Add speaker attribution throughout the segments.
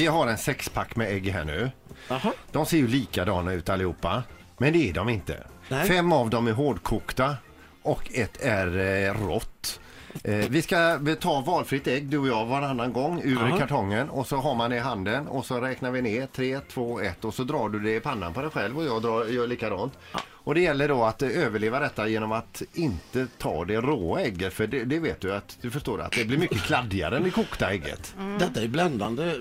Speaker 1: vi har en sexpack med ägg här nu. De ser ju likadana ut allihopa, men det är de inte.
Speaker 2: Nej.
Speaker 1: Fem av dem är hårdkokta och ett är eh, rått. Eh, vi ska vi ta valfritt ägg, du och jag, varannan gång ur
Speaker 2: Aha.
Speaker 1: kartongen och så har man det i handen och så räknar vi ner tre, två, ett och så drar du det i pannan på dig själv och jag drar, gör likadant. Och det gäller då att eh, överleva detta genom att inte ta det råa ägget för det, det vet du att du förstår att det blir mycket kladdigare än det kokta ägget.
Speaker 3: Mm.
Speaker 2: Detta är bländande.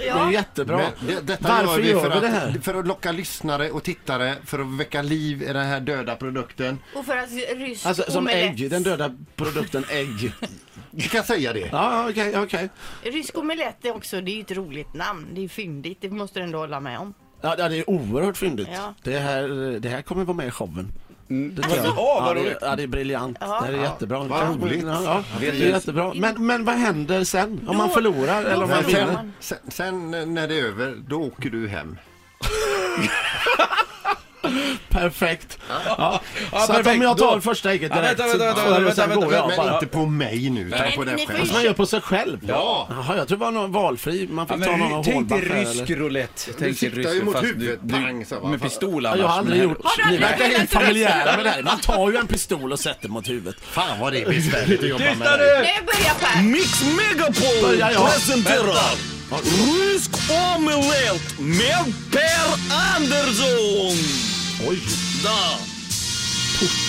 Speaker 2: Det är jättebra.
Speaker 1: Men det, detta
Speaker 2: Varför
Speaker 1: vi
Speaker 2: gör vi,
Speaker 1: för
Speaker 2: det
Speaker 1: att,
Speaker 2: här?
Speaker 1: För att locka lyssnare och tittare, för att väcka liv i den här döda produkten.
Speaker 3: Och för att rysk
Speaker 2: Alltså som
Speaker 3: omelett.
Speaker 2: ägg, den döda produkten ägg.
Speaker 1: Vi kan säga det.
Speaker 2: Ja, okej, okej.
Speaker 3: Rysk omelett är också, det är ju ett roligt namn. Det är fyndigt, det måste du ändå hålla med om.
Speaker 2: Ja, det är oerhört fyndigt.
Speaker 3: Ja.
Speaker 2: Det, här, det här kommer vara med i showen. Det tror jag.
Speaker 4: Alltså, åh, vad
Speaker 2: ja, det,
Speaker 4: roligt.
Speaker 2: ja, det är briljant.
Speaker 3: Ja.
Speaker 2: Det här är jättebra.
Speaker 1: vad
Speaker 2: Kan-
Speaker 1: roligt.
Speaker 2: Ja, det är
Speaker 4: du-
Speaker 2: jättebra. Men, men vad händer sen? Om man
Speaker 3: Då-
Speaker 2: förlorar
Speaker 3: då
Speaker 2: eller om man
Speaker 1: Men
Speaker 3: förlorar
Speaker 2: vinner?
Speaker 3: man.
Speaker 1: sen, sen, sen när det är över, då åker du hem.
Speaker 2: Perfekt. Ja.
Speaker 4: Ja,
Speaker 2: Så att
Speaker 4: perfekt.
Speaker 2: om jag tar
Speaker 4: Då-
Speaker 2: första ägget
Speaker 4: Ja,
Speaker 2: direkt
Speaker 4: vänta, vänta,
Speaker 2: så-
Speaker 4: vänta,
Speaker 2: så-
Speaker 4: vänta,
Speaker 2: sen
Speaker 4: vänta,
Speaker 2: går jag
Speaker 4: vänta,
Speaker 1: Men
Speaker 2: bara.
Speaker 1: inte på mig nu, utan
Speaker 3: Nej,
Speaker 1: på dig
Speaker 3: ni får
Speaker 1: själv. Alltså,
Speaker 3: ju-
Speaker 2: Man gör på sig själv?
Speaker 4: Ja.
Speaker 2: Jaha, jag tror det var någon valfri. Man
Speaker 4: Ja,
Speaker 2: fick ta
Speaker 4: men,
Speaker 2: någon
Speaker 4: ry-
Speaker 2: av
Speaker 4: tänk dig
Speaker 2: Holbacher eller-
Speaker 4: rysk roulette. Tänk dig
Speaker 1: siktar
Speaker 4: rysk-
Speaker 1: ju mot
Speaker 4: fast
Speaker 1: huvudet,
Speaker 4: du-
Speaker 1: pang, så va,
Speaker 4: Med alltså,
Speaker 1: fan.
Speaker 4: pistol
Speaker 2: Ja,
Speaker 4: annars.
Speaker 2: jag har aldrig
Speaker 4: men-
Speaker 2: gjort...
Speaker 3: Har du
Speaker 2: Ni
Speaker 3: aldrig
Speaker 2: verkar
Speaker 3: spelat
Speaker 2: helt familjära
Speaker 3: fotboll?
Speaker 2: med det här. Man tar ju en pistol och sätter mot huvudet.
Speaker 1: Fan vad det är besvärligt att jobba med
Speaker 4: Lyssna
Speaker 1: dig.
Speaker 4: nu!
Speaker 3: Nu börjar Per!
Speaker 5: Mix Megapol
Speaker 2: Börjar jag?
Speaker 5: presenterar Rysk omelett med Per Andersson!
Speaker 2: Oj!
Speaker 5: Da.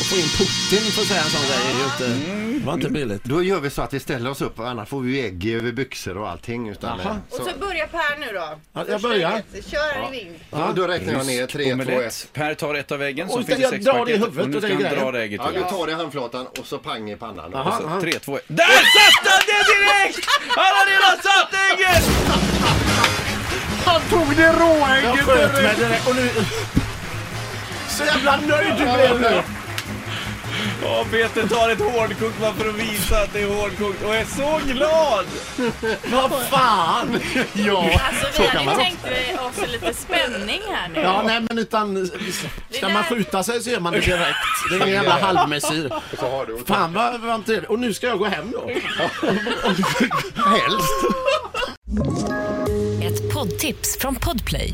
Speaker 2: Att få in Putin för att säga en sån grej är ju inte... Det var inte billigt.
Speaker 1: alltså, Då gör vi så att vi ställer oss upp, annars får vi ju ägg över byxor och allting. Utan,
Speaker 2: Jaha.
Speaker 1: eh,
Speaker 3: Och så börjar Per nu då.
Speaker 2: jag
Speaker 3: Första
Speaker 2: börjar.
Speaker 3: ägget. Kör i vind.
Speaker 1: Ja, då räknar jag ner tre, två, ett.
Speaker 4: Per tar ett av äggen,
Speaker 2: Oj,
Speaker 4: så finns det
Speaker 2: jag
Speaker 4: sex
Speaker 2: drar det i
Speaker 4: paket.
Speaker 2: huvudet
Speaker 4: Och nu
Speaker 2: och
Speaker 4: ska
Speaker 2: det
Speaker 4: han
Speaker 2: är
Speaker 4: dra
Speaker 2: grejen.
Speaker 4: det ägget.
Speaker 1: Ja,
Speaker 4: i
Speaker 1: du
Speaker 4: huvudet.
Speaker 1: tar i handflatan och så pang i pannan.
Speaker 2: Aha.
Speaker 4: Så, Tre, två, ett. Där satte han det direkt! Han har redan satt ägget!
Speaker 1: Han tog det råa
Speaker 2: Jag sköt mig direkt och nu... Så jävla nöjd du blev nu!
Speaker 4: Åh, Peter tar ett hårdkokt bara för att visa att det är hårdkokt och är så glad!
Speaker 2: Vad fan!
Speaker 1: Ja,
Speaker 6: Alltså
Speaker 1: så
Speaker 6: vi
Speaker 1: kan man
Speaker 6: hade ju tänkt eh, oss lite spänning här nu.
Speaker 2: Ja, nej men utan... Ska man skjuta sig så gör man det direkt. Det är en jävla halvmesyr.
Speaker 1: så har du.
Speaker 2: Fan vad, vad inte Och nu ska jag gå hem då.
Speaker 1: Helst.
Speaker 7: Ett poddtips från Podplay.